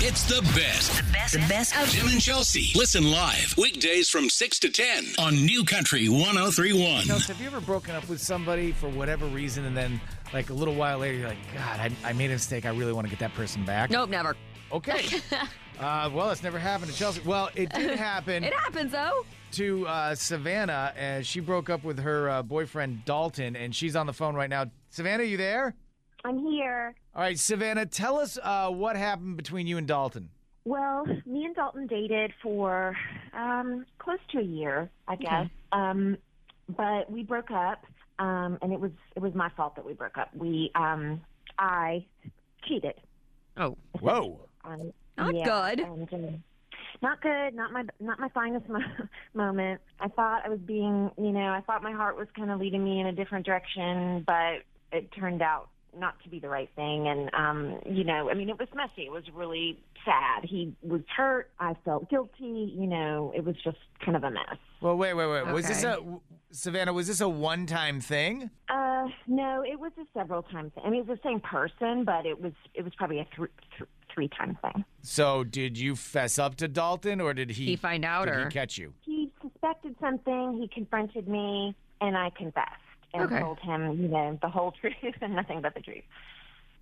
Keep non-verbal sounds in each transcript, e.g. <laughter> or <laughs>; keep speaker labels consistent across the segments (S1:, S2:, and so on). S1: It's the best.
S2: The best, the best of
S1: Jim and Chelsea. Listen live weekdays from 6 to 10 on New Country 1031.
S3: Chelsea, have you ever broken up with somebody for whatever reason and then, like, a little while later, you're like, God, I, I made a mistake. I really want to get that person back?
S4: Nope, never. <laughs>
S3: Okay. uh, well, it's never happened to Chelsea. Well, it did happen
S4: It happens though.
S3: to uh, Savannah as she broke up with her uh, boyfriend, Dalton, and she's on the phone right now. Savannah, you there?
S5: I'm here.
S3: All right, Savannah, tell us uh, what happened between you and Dalton.
S5: Well, me and Dalton dated for um, close to a year, I guess. Um, but we broke up, um, and it was it was my fault that we broke up. We um, I cheated.
S4: Oh,
S3: Whoa.
S5: On,
S4: Not
S5: yeah,
S4: good.
S5: and, um, not good. Not my not my finest mo- <laughs> moment. I thought I was being, you know, I thought my heart was kind of leading me in a different direction, but it turned out not to be the right thing. And um, you know, I mean, it was messy. It was really sad. He was hurt. I felt guilty. You know, it was just kind of a mess.
S3: Well, wait, wait, wait. Was this
S4: Okay.
S3: a, Savannah, was this a one time thing?
S5: Uh, no, it was a several time thing. I mean, it was the same person, but it was it was probably a thr thr three time thing.
S3: So, did you fess up to Dalton or did he,
S4: He find out
S3: did
S4: or-
S3: he catch you?
S5: he suspected something. He confronted me, and I confessed and
S4: Okay.
S5: told him, you know, the whole <laughs> truth and nothing but the truth.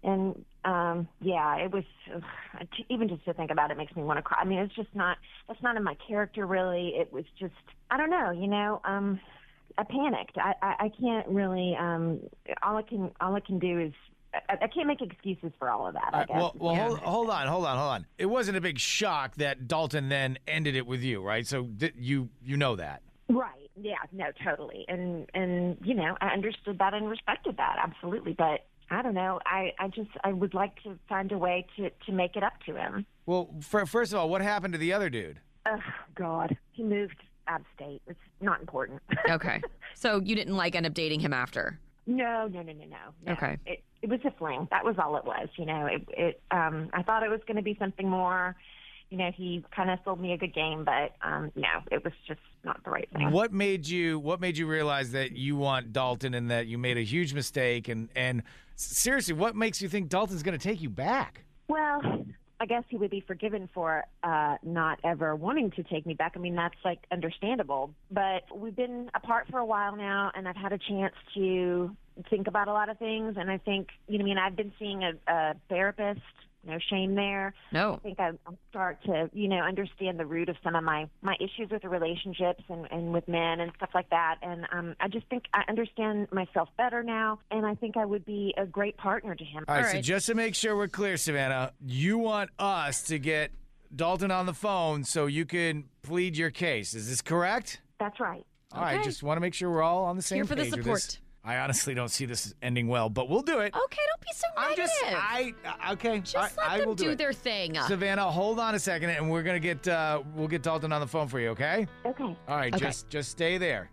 S5: And um, yeah, it was ugh, to- even just to think about it makes me want to cry. I mean, it's just not that's not in my character really. It was just I don't know, you know. Um, I panicked. I, I, I can't really. Um, all I can all I can do is I, I can't make excuses for all of that. I
S3: All right,
S5: guess.
S3: well, well
S4: Yeah.
S3: hold, hold on, hold on, hold on. It wasn't a big shock that Dalton then ended it with you, right? So th- you you know that.
S5: Right. Yeah. No. Totally. And and you know, I understood that and respected that absolutely. But I don't know. I I just I would like to find a way to to make it up to him.
S3: Well, fir- first of all, what happened to the other dude?
S5: Oh God, he moved out of state. It's not important. <laughs>
S4: okay. So you didn't like end up dating him after.
S5: no, no, no, no, no. no.
S4: Okay.
S5: It it was a fling. That was all it was. You know. It it um. I thought it was going to be something more. You know, he kind of sold me a good game, but um, no, it was just not the right thing.
S3: What made you What made you realize that you want Dalton and that you made a huge mistake? And and s- seriously, what makes you think Dalton's going to take you back?
S5: Well, I guess he would be forgiven for uh, not ever wanting to take me back. I mean, that's like understandable. But we've been apart for a while now, and I've had a chance to think about a lot of things. And I think, you know, I mean, I've been seeing a, a therapist. No shame there.
S4: No.
S5: I think I, I start to, you know, understand the root of some of my my issues with the relationships and and with men and stuff like that. And um, I just think I understand myself better now, and I think I would be a great partner to him.
S3: All right,
S4: All
S3: So
S4: right.
S3: just to make sure we're clear, Savannah, you want us to get Dalton on the phone so you can plead your case. Is this correct?
S5: That's right.
S3: All right,
S4: Okay.
S3: just want to make sure we're all on the same
S4: Here for the
S3: page with this.
S4: support.
S3: I honestly don't see this ending well, but we'll do it.
S4: Okay, don't be so
S3: I'm
S4: negative.
S3: just I I- okay.
S4: Just
S3: I,
S4: let
S3: I
S4: them
S3: will do,
S4: do,
S3: it.
S4: their thing.
S3: Savannah, hold on a second, and we're gonna get uh, we'll get Dalton on the phone for you. Okay.
S5: Okay.
S3: All right.
S4: Okay.
S3: Just just stay there.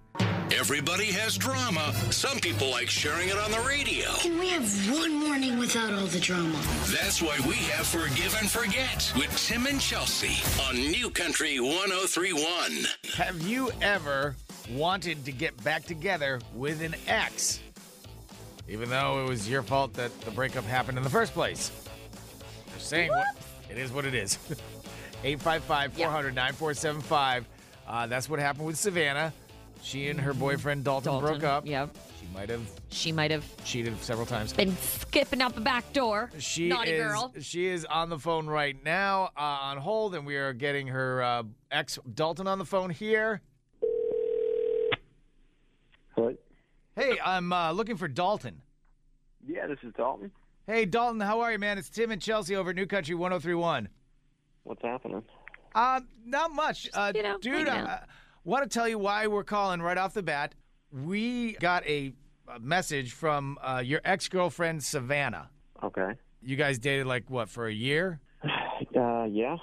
S1: Everybody has drama. Some people like sharing it on the radio.
S6: Can we have one morning without all the drama?
S1: That's why we have Forgive and Forget with Tim and Chelsea on New Country 1031.
S3: Have you ever wanted to get back together with an ex, even though it was your fault that the breakup happened in the first place? Just saying, what, it is what it is. <laughs> 855-400-9475. Uh, that's what happened with Savannah. She and her boyfriend Dalton,
S4: Mm-hmm. Dalton,
S3: broke up.
S4: yep.
S3: She might have
S4: She might have
S3: cheated several times.
S4: been skipping out the back door.
S3: She
S4: Naughty
S3: is
S4: girl.
S3: she is on the phone right now uh, on hold, and we are getting her uh, ex Dalton on the phone here.
S7: Hello?
S3: Hey,
S4: Oh.
S3: I'm uh, looking for Dalton.
S7: Yeah, this is Dalton.
S3: Hey, Dalton, how are you, man? It's Tim and Chelsea over at New Country 1031.
S7: What's happening?
S3: Uh, not much. uh,
S4: you know,
S3: dude,
S4: hanging
S3: I,
S4: out.
S3: want to tell you why we're calling right off the bat. We got a, a message from uh, your ex girlfriend, Savannah.
S7: Okay.
S3: You guys dated like what for a year?
S7: Uh, yeah,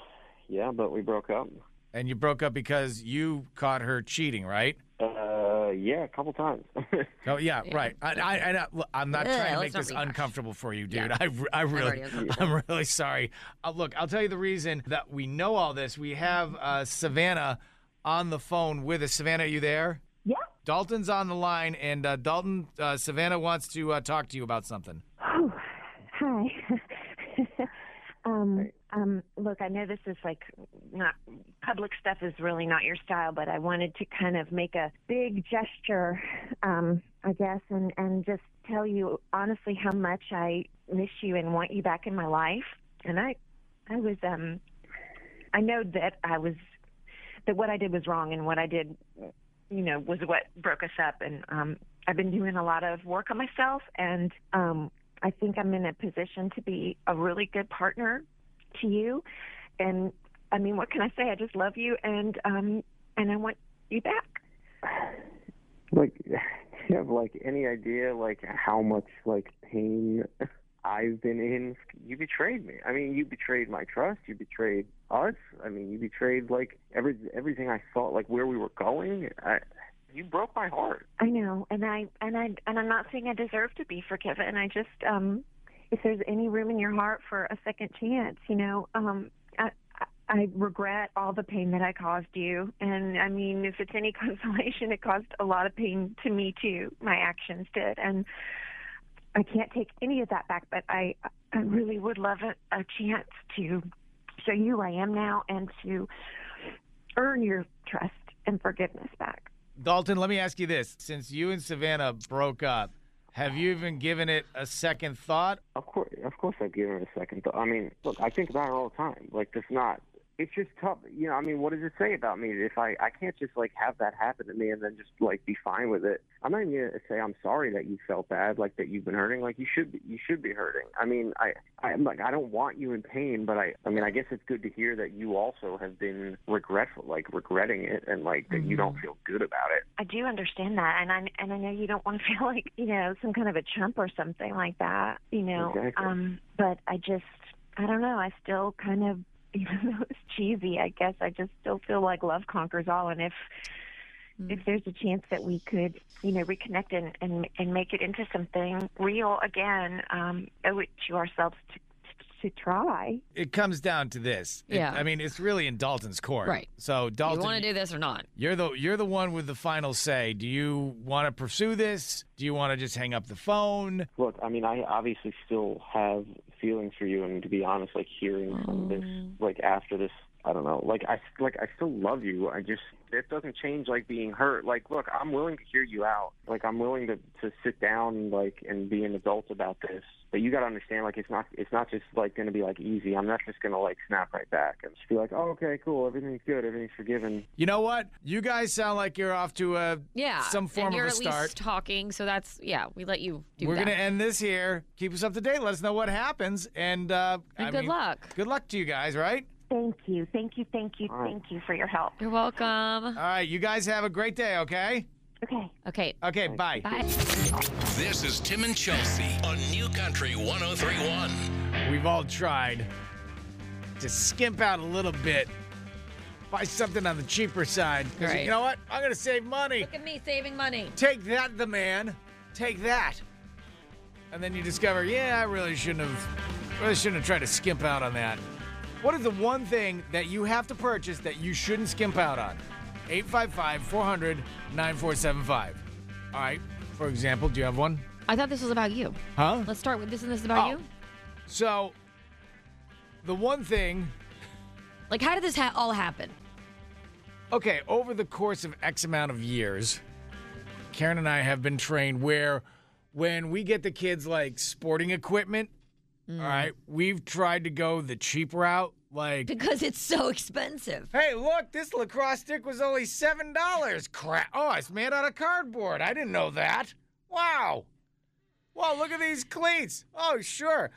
S7: yeah, but we broke up.
S3: And you broke up because you caught her cheating, right?
S7: Uh, yeah, a couple times. <laughs>
S3: Oh yeah, right. I, I, I, look, I'm not
S4: Ugh,
S3: trying to
S4: let's
S3: make
S4: not
S3: this
S4: rehash.
S3: uncomfortable for you, dude.
S4: Yeah.
S3: I, re- I really,
S4: already
S3: I'm really sorry. Uh, look, I'll tell you the reason that we know all this. We have uh, Savannah on the phone with us. Savannah, are you there?
S5: Yeah.
S3: Dalton's on the line, and uh, Dalton, uh, Savannah wants to uh, talk to you about something.
S5: Oh, hi. Oh, <laughs> um, Um, look, I know this is like not public stuff is really not your style, but I wanted to kind of make a big gesture, um, I guess, and, and just tell you honestly how much I miss you and want you back in my life. And I, I was, um, I know that I was, that what I did was wrong and what I did, you know, was what broke us up. And, um, I've been doing a lot of work on myself and, um, I think I'm in a position to be a really good partner to you. And I mean, what can I say? I just love you, and um, and I want you back.
S7: Like, <laughs> do you have like any idea like how much like pain I've been in? You betrayed me. I mean, you betrayed my trust. You betrayed us. I mean, you betrayed like every everything I thought like where we were going. I, you broke my heart.
S5: I know, and I and I and I'm not saying I deserve to be forgiven. I just, um, if there's any room in your heart for a second chance, you know, um, I I- I regret all the pain that I caused you, and I mean, if it's any <laughs> consolation, it caused a lot of pain to me too. My actions did, and I can't take any of that back, but I I really would love a, a chance to show you who I am now and to earn your trust and forgiveness back.
S3: Dalton, let me ask you this. Since you and Savannah broke up, have you even given it a second thought?
S7: Of course, of course, I've given it a second thought. I mean, look, I think about it all the time. Like, it's not. It's just tough, you know. I mean, what does it say about me if I I can't just like have that happen to me and then just like be fine with it? I'm not even gonna say I'm sorry that you felt bad, like that you've been hurting. Like you should be, you should be hurting. I mean, I I'm like I don't want you in pain, but I I mean, I guess it's good to hear that you also have been regretful, like regretting it, and like that you don't feel good about it.
S5: I do understand that, and I and I know you don't want to <laughs> feel like you know some kind of a chump or something like that, you know.
S7: Exactly.
S5: Um, but I just, I don't know. I still kind of, <laughs> even though it's cheesy, I guess I just still feel like love conquers all, and if if there's a chance that we could, you know, reconnect and and, and make it into something real again, um, owe it to ourselves to to, to try.
S3: It comes down to this. It-
S4: Yeah.
S3: I mean, it's really in Dalton's court.
S4: Right.
S3: So Dalton,
S4: you want to do this or not?
S3: You're the you're the one with the final say. Do you want to pursue this? Do you want to just hang up the phone?
S7: Look, I mean, I obviously still have feelings for you, and to be honest, like hearing from this, like after this, I don't know, like I, like I still love you. I just it doesn't change like being hurt. Like, look, I'm willing to hear you out. Like, I'm willing to to sit down and like and be an adult about this. But you gotta understand, like, it's not it's not just like gonna be like easy. I'm not just gonna like snap right back and just be like, oh, okay, cool, everything's good, everything's forgiven.
S3: You know what? You guys sound like you're off to a
S4: Yeah.
S3: some form
S4: and you're
S3: of a
S4: at
S3: start.
S4: least talking, so that's yeah. We let you do
S3: We're
S4: that.
S3: gonna end this here. Keep us up to date. Let us know what happens, and, uh,
S4: And
S3: I
S4: good
S3: mean,
S4: luck.
S3: Good luck to you guys. Right.
S5: Thank you, thank you, thank you,
S7: right.
S5: thank you for your help.
S4: You're welcome.
S3: All right. You guys have a great day. Okay.
S5: Okay.
S4: Okay.
S3: Okay. Bye.
S4: Bye.
S1: This is Tim and Chelsea on New Country 1031.
S3: We've all tried to skimp out a little bit, buy something on the cheaper side. 'cause
S4: Right.
S3: You know what? I'm gonna save money.
S4: Look at me saving money.
S3: Take that, the man. Take that. And then you discover, yeah, I really shouldn't have really shouldn't have tried to skimp out on that. What is the one thing that you have to purchase that you shouldn't skimp out on? 855 400 9475. All right. For example, do you have one?
S4: I thought this was about you.
S3: Huh?
S4: Let's start with this and this is about
S3: Oh.
S4: you.
S3: So, the one thing,
S4: Like, how did this ha- all happen?
S3: okay, over the course of X amount of years, Karen and I have been trained where when we get the kids like sporting equipment, all right, we've tried to go the cheap route. Like,
S4: Because it's so expensive.
S3: hey, look, this lacrosse stick was only $7. Crap. Oh, it's made out of cardboard. I didn't know that. Wow. Wow, look at these cleats. Oh, sure.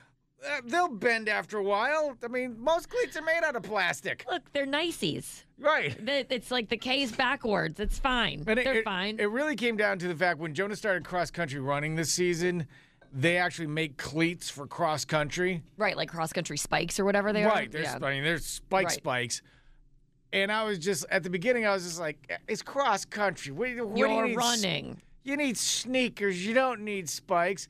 S3: Uh, they'll bend after a while. I mean, most cleats are made out of plastic.
S4: Look, they're niceties.
S3: Right.
S4: They- It's like the K's backwards. It's fine.
S3: And it-
S4: they're
S3: it,
S4: fine.
S3: It really came down to the fact when Jonah started cross country running this season, they actually make cleats for cross country.
S4: right, like cross country spikes or whatever they are.
S3: right. There's,
S4: Yeah.
S3: I mean, there's spike
S4: Right.
S3: spikes. And I was just at the beginning, I was just like, it's cross country. What, do you- what do you
S4: You're
S3: need s-
S4: running.
S3: You need sneakers. You don't need spikes.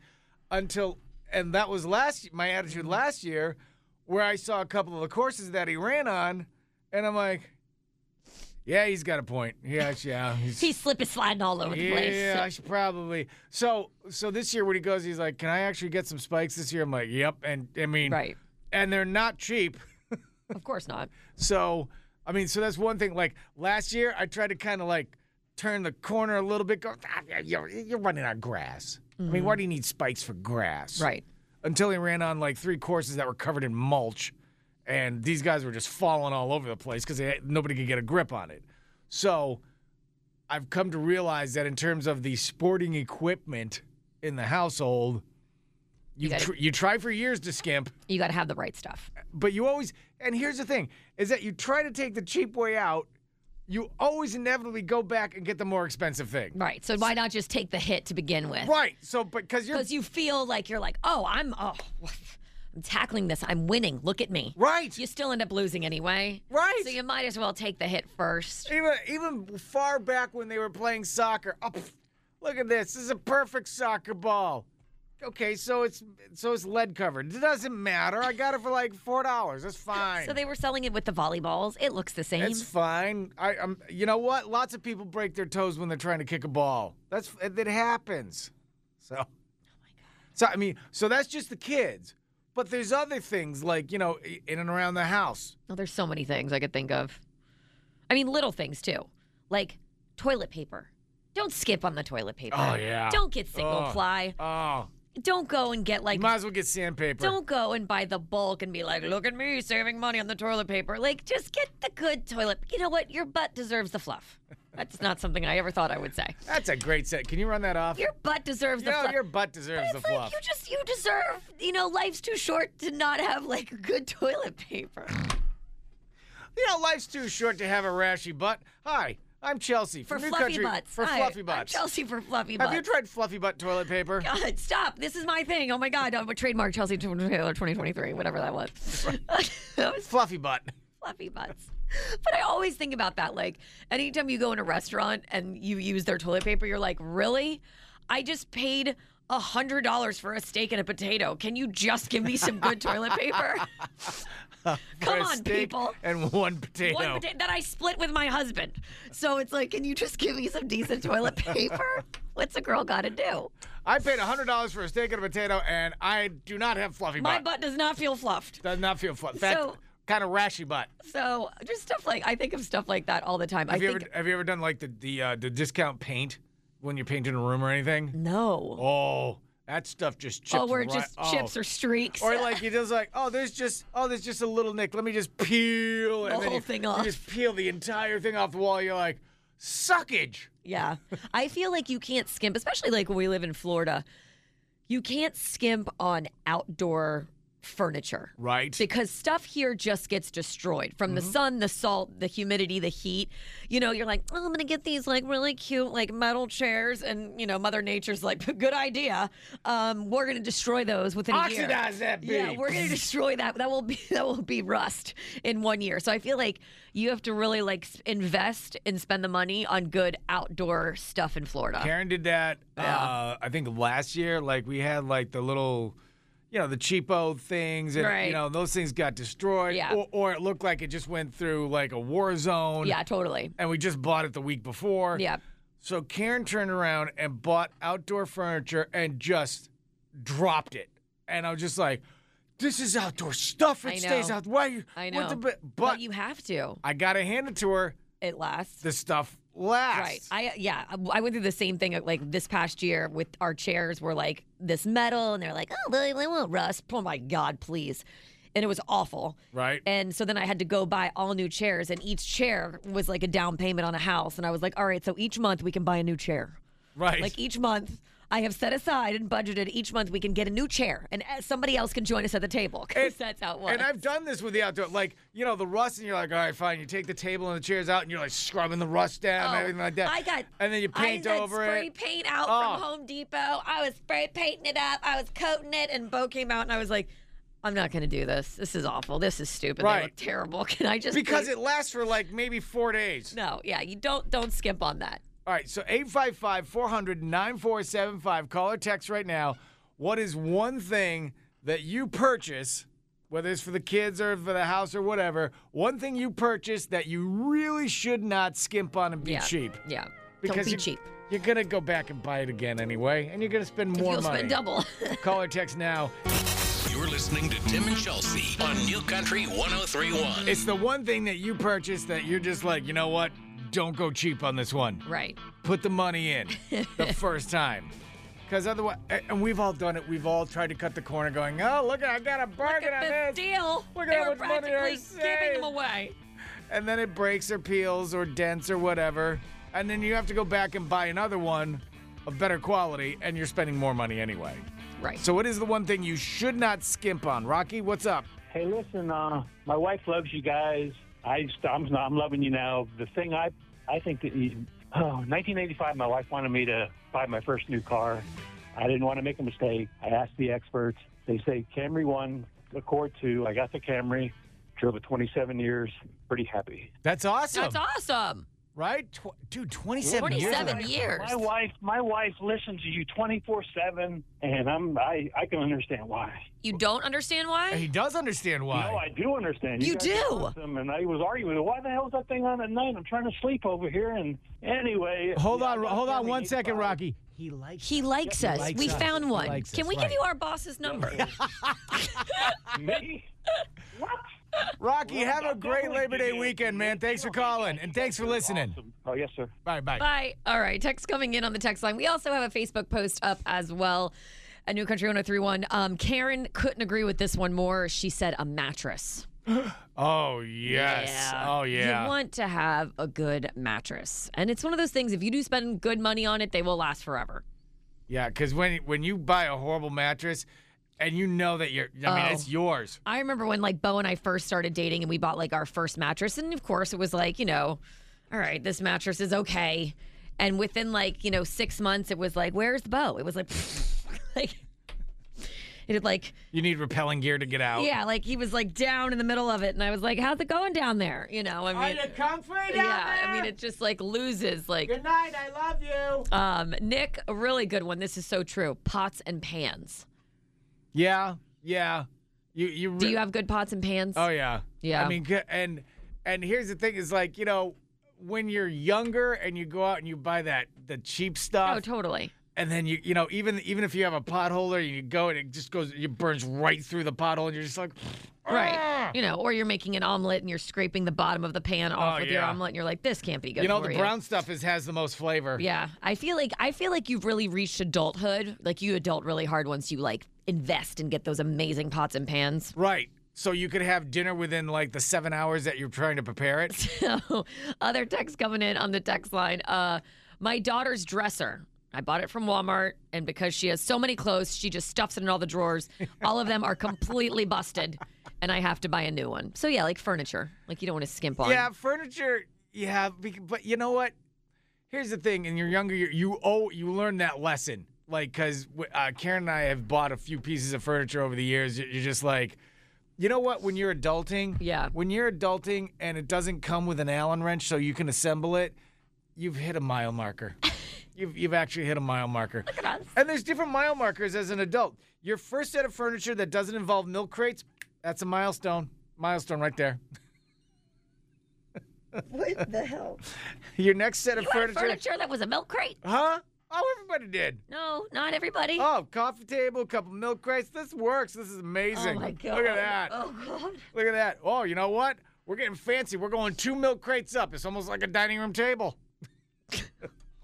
S3: Until and that was last my attitude last year, where I saw a couple of the courses that he ran on, and I'm like, yeah, he's got a point. Yeah, yeah.
S4: <laughs>
S3: he's-
S4: He's slipping, sliding all over the place.
S3: yeah, I should probably. So, so this year when he goes, he's like, "Can I actually get some spikes this year?" I'm like, "Yep." And I mean,
S4: Right.
S3: And they're not cheap.
S4: Of course not.
S3: So, I mean, so that's one thing. Like last year, I tried to kind of like turn the corner a little bit. Go, "Ah, yeah, you're, you're running on grass. I mean, why do you need spikes for grass?
S4: Mm-hmm. Right.
S3: Until he ran on like three courses that were covered in mulch, and these guys were just falling all over the place because nobody could get a grip on it. So, I've come to realize that in terms of the sporting equipment in the household. You,
S4: gotta-
S3: tr- you try for years to skimp,
S4: You got to have the right stuff.
S3: but you always and here's the thing is that you try to take the cheap way out you always inevitably go back and get the more expensive thing
S4: Right. So why not just take the hit to begin with?
S3: right so because you're
S4: Because you feel like you're like, oh, I'm oh, I'm tackling this. I'm winning. Look at me.
S3: right
S4: You still end up losing anyway.
S3: Right.
S4: So you might as well take the hit first.
S3: even even far back when they were playing soccer oh, pff, look at this this is a perfect soccer ball okay so it's so it's lead covered it doesn't matter i got it for like four dollars that's fine
S4: So they were selling it with the volleyballs. It looks the same.
S3: That's fine. I, I'm, you know what? Lots of people break their toes when they're trying to kick a ball. That's that happens.
S4: Oh
S3: So, so I mean, so that's just the kids. But there's other things like you know, i- in and around the house.
S4: Oh, there's so many things I could think of. I mean, little things too, like toilet paper. Don't skip on the toilet paper.
S3: Oh, yeah.
S4: Don't get single
S3: Oh.
S4: ply.
S3: Oh,
S4: Don't go and get like.
S3: you might as well get sandpaper.
S4: don't go and buy the bulk and be like, look at me saving money on the toilet paper. Like, just get the good toilet. You know what? Your butt deserves the fluff. That's not something I ever thought I would say.
S3: That's a great set. Can you run that off?
S4: Your butt deserves the
S3: no,
S4: fluff.
S3: your butt deserves the
S4: it's like
S3: fluff.
S4: you just you deserve. You know, life's too short to not have like good <laughs> toilet paper.
S3: You know, life's too short to have a rashy butt. Hi, I'm Chelsea
S4: For
S3: from New
S4: fluffy
S3: Country
S4: butts.
S3: for
S4: Hi,
S3: fluffy
S4: I'm
S3: butts.
S4: Chelsea for fluffy butts.
S3: Have you tried fluffy butt toilet paper?
S4: God, <laughs> stop. This is my thing. Oh my God. I'm a trademark Chelsea Taylor 2023, whatever that was. <laughs> that was
S3: Fluffy
S4: <laughs>
S3: butt.
S4: fluffy butts. But I always think about that. Like, anytime you go in a restaurant and you use their toilet paper, you're like, really? I just paid a $100 for a steak and a potato. Can you just give me some good toilet paper?
S3: For
S4: Come
S3: a
S4: on,
S3: steak
S4: people.
S3: And one potato.
S4: One pota- that I split with my husband. So it's like, can you just give me some decent toilet <laughs> paper? What's a girl got to do?
S3: I paid hundred dollars for a steak and a potato, and I do not have fluffy
S4: My
S3: butt.
S4: butt does not feel fluffed.
S3: Does not feel fluffy. Fat,
S4: So-
S3: kind of rashy butt.
S4: So just stuff like I think of stuff like that all the time. I
S3: Have you
S4: think
S3: ever have you ever done like the the uh, the discount paint when you're painting a room or anything?
S4: no.
S3: Oh, that stuff just chips.
S4: oh, we're
S3: right-
S4: just
S3: oh.
S4: chips or streaks.
S3: Or like you just like oh there's just oh there's just a little nick. Let me just peel and
S4: The
S3: then
S4: whole
S3: you-
S4: thing
S3: you
S4: off.
S3: just peel the entire thing off the wall. You're like suckage.
S4: yeah, I feel like you can't skimp, especially like when we live in Florida. You can't skimp on outdoor furniture.
S3: Right. Mm-hmm.
S4: Because stuff here just gets destroyed from the sun, the salt, the humidity, the heat. You know, you're like, oh, I'm going to get these like really cute like metal chairs. And, you know, Mother Nature's like, <laughs> good idea. Um, we're going to destroy those within a year.
S3: Oxidize that bitch.
S4: Yeah, we're gonna destroy that. That will be <laughs> that will be rust in one year. So I feel like you have to really like s- invest and spend the money on good outdoor stuff in Florida.
S3: Karen did that.
S4: Yeah.
S3: Uh, I think last year, like we had like the little, you know, the cheapo things, and you
S4: Right.
S3: know those things got destroyed,
S4: Yeah.
S3: or, or it looked like it just went through like a war zone.
S4: Yeah, totally.
S3: And we just bought it the week before.
S4: Yeah,
S3: So Karen turned around and bought outdoor furniture and just dropped it, and I was just like, "This is outdoor stuff. It
S4: I
S3: stays
S4: know.
S3: out. Why? you-
S4: I know.
S3: what the bi- but
S4: but you have to.
S3: I gotta hand it to her.
S4: It lasts.
S3: The stuff lasts.
S4: Right. I yeah. I went through the same thing like this past year with our chairs were like this metal, and they're like, oh, they they won't rust. Oh my God, please. And it was awful.
S3: Right.
S4: And so then I had to go buy all new chairs, and each chair was like a down payment on a house. And I was like, all right, so each month we can buy a new chair.
S3: right.
S4: Like each month, I have set aside and budgeted each month we can get a new chair, and uh, somebody else can join us at the table because that's how it was.
S3: And I've done this with the outdoor, like you know, the rust, and you're like, all right, fine. You take the table and the chairs out, and you're like scrubbing the rust down, and
S4: Oh,
S3: everything like that.
S4: I got.
S3: and then you
S4: I
S3: paint
S4: got
S3: over
S4: spray
S3: it.
S4: paint out from
S3: Oh.
S4: Home Depot. I was spray painting it up. I was coating it, and Bo came out, and I was like, "I'm not going to do this. This is awful. This is stupid. They
S3: Right.
S4: look terrible. <laughs> Can I just
S3: Because
S4: please-"
S3: it lasts for like maybe four days.
S4: No, yeah, you don't don't skimp on that.
S3: All right, so 855 400 9475. Call or text right now. What is one thing that you purchase, whether it's for the kids or for the house or whatever, one thing you purchase that you really should not skimp on and be
S4: yeah,
S3: cheap?
S4: Yeah,
S3: Because
S4: don't be
S3: you-
S4: cheap.
S3: You're going to go back and buy it again anyway, and you're going to spend more
S4: <laughs> You'll
S3: money.
S4: spend double.
S3: Call or text now.
S1: You're You're listening to Tim and Chelsea on New Country 1031.
S3: It's the one thing that you purchased that you're just like, you know what? Don't go cheap on this one.
S4: Right.
S3: Put the money in the
S4: <laughs>
S3: first time. Because otherwise, a- and we've all done it. We've all tried to cut the corner going, oh, look, I got a bargain
S4: Look at
S3: on
S4: this
S3: this.
S4: deal.
S3: Look at
S4: they
S3: how
S4: were
S3: much money I
S4: practically giving
S3: saved.
S4: them away.
S3: And then it breaks or peels or dents or whatever. And then you have to go back and buy another one of better quality, and you're spending more money anyway.
S4: Right.
S3: So, what is the one thing you should not skimp on? Rocky, what's up?
S2: Hey, listen, uh, my wife loves you guys. I, I'm, I'm loving you now. The thing I, I think that you, oh, 1985, my wife wanted me to buy my first new car. I didn't want to make a mistake. I asked the experts. They say Camry 1, Accord 2. I got the Camry, drove it 27 years, pretty happy.
S3: That's awesome.
S4: That's awesome.
S3: Right? Tw- dude, 27, years. of
S4: 27
S3: that.
S4: years.
S2: My wife, my wife listens to you 24/7, and I'm, I, I can understand why.
S4: You don't understand why?
S3: He does understand why.
S2: No, I do understand.
S4: You
S2: guys
S4: do?
S2: are awesome, and I was arguing, why the hell is that thing on at night? I'm trying to sleep over here. And anyway,
S3: Hold
S2: Yeah, I
S3: on,
S2: got a
S3: hold on
S2: family
S3: one
S2: needs
S3: second,
S2: five.
S3: Rocky. He likes.
S4: He likes us.
S3: likes
S4: we
S3: us.
S4: found
S3: He
S4: one.
S3: likes
S4: Can
S3: us,
S4: we
S3: right.
S4: give you our boss's number?
S2: <laughs>
S3: <laughs>
S2: Me? What?
S3: Rocky,
S2: Well,
S3: have a
S2: I'll
S3: great
S2: definitely
S3: Labor
S2: give
S3: Day
S2: you-
S3: weekend, man. Thanks for calling and thanks for listening.
S2: Awesome. Oh yes, sir.
S3: Bye, bye.
S4: Bye. All right. Text coming in on the text line. We also have a Facebook post up as well. A new country 1031. Um, Karen couldn't agree with this one more. She said a mattress.
S3: Oh yes. Oh yeah.
S4: You want to have a good mattress. And it's one of those things, if you do spend good money on it, they will last forever.
S3: yeah, because when when you buy a horrible mattress, and you know that you're, I mean,
S4: Oh.
S3: it's yours.
S4: I remember when like Bo and I first started dating and we bought like our first mattress. And of course it was like, you know, all right, this mattress is okay. And within like, you know, six months, it was like, where's Bo? It was like, <laughs> like, it had like,
S3: You need repelling gear to get out.
S4: yeah, like he was like down in the middle of it. And I was like, how's it going down there? You know, I mean,
S3: Are you comfy down
S4: yeah,
S3: there?
S4: I mean, it just like loses. Like,
S3: Good night. I love you.
S4: um, Nick, a really good one. This is so true. Pots and pans.
S3: yeah. Yeah. You you.
S4: Do
S3: re-
S4: you have good pots and pans?
S3: Oh yeah.
S4: Yeah.
S3: I mean, g- and and here's the thing: is like you know, when you're younger and you go out and you buy that the cheap stuff,
S4: Oh, totally.
S3: and then you you know even even if you have a potholder and you go and it just goes it burns right through the pothole and you're just like
S4: Right.
S3: "Ah!"
S4: You know, or you're making an omelet and you're scraping the bottom of the pan off
S3: Oh,
S4: with your
S3: yeah.
S4: omelet and you're like, this can't be good.
S3: you know
S4: for
S3: the brown stuff is has the most flavor
S4: Yeah. I feel like I feel like you've really reached adulthood. Like you adult really hard once you like invest and get those amazing pots and pans.
S3: right so you could have dinner within like the seven hours that you're trying to prepare it
S4: So, <laughs> other text coming in on the text line. Uh, my daughter's dresser. I bought it from Walmart, and because she has so many clothes, she just stuffs it in all the
S3: <laughs>
S4: drawers. All of them are completely busted, and I have to buy a new one. So yeah, like furniture. Like you don't want to skimp on.
S3: yeah furniture yeah bec- but you know what here's the thing in your younger year you owe you learn that lesson like because uh, karen and i have bought a few pieces of furniture over the years you're you're just like you know what when you're adulting
S4: Yeah.
S3: when you're adulting and it doesn't come with an allen wrench so you can assemble it you've hit a mile marker you've, you've actually hit a mile marker Look at us. and there's different mile markers as an adult your first set of furniture that doesn't involve milk crates that's a milestone milestone right there <laughs>
S6: What the hell?
S3: your next set of
S4: You had furniture that was a milk crate.
S3: huh oh everybody did
S4: No, not everybody.
S3: Oh, coffee table, couple milk crates. This works. This is amazing.
S4: Oh, my god!
S3: Look at that.
S4: Oh god!
S3: Look at that. Oh, you know what? We're getting fancy. We're going two milk crates up. It's almost like a dining room table.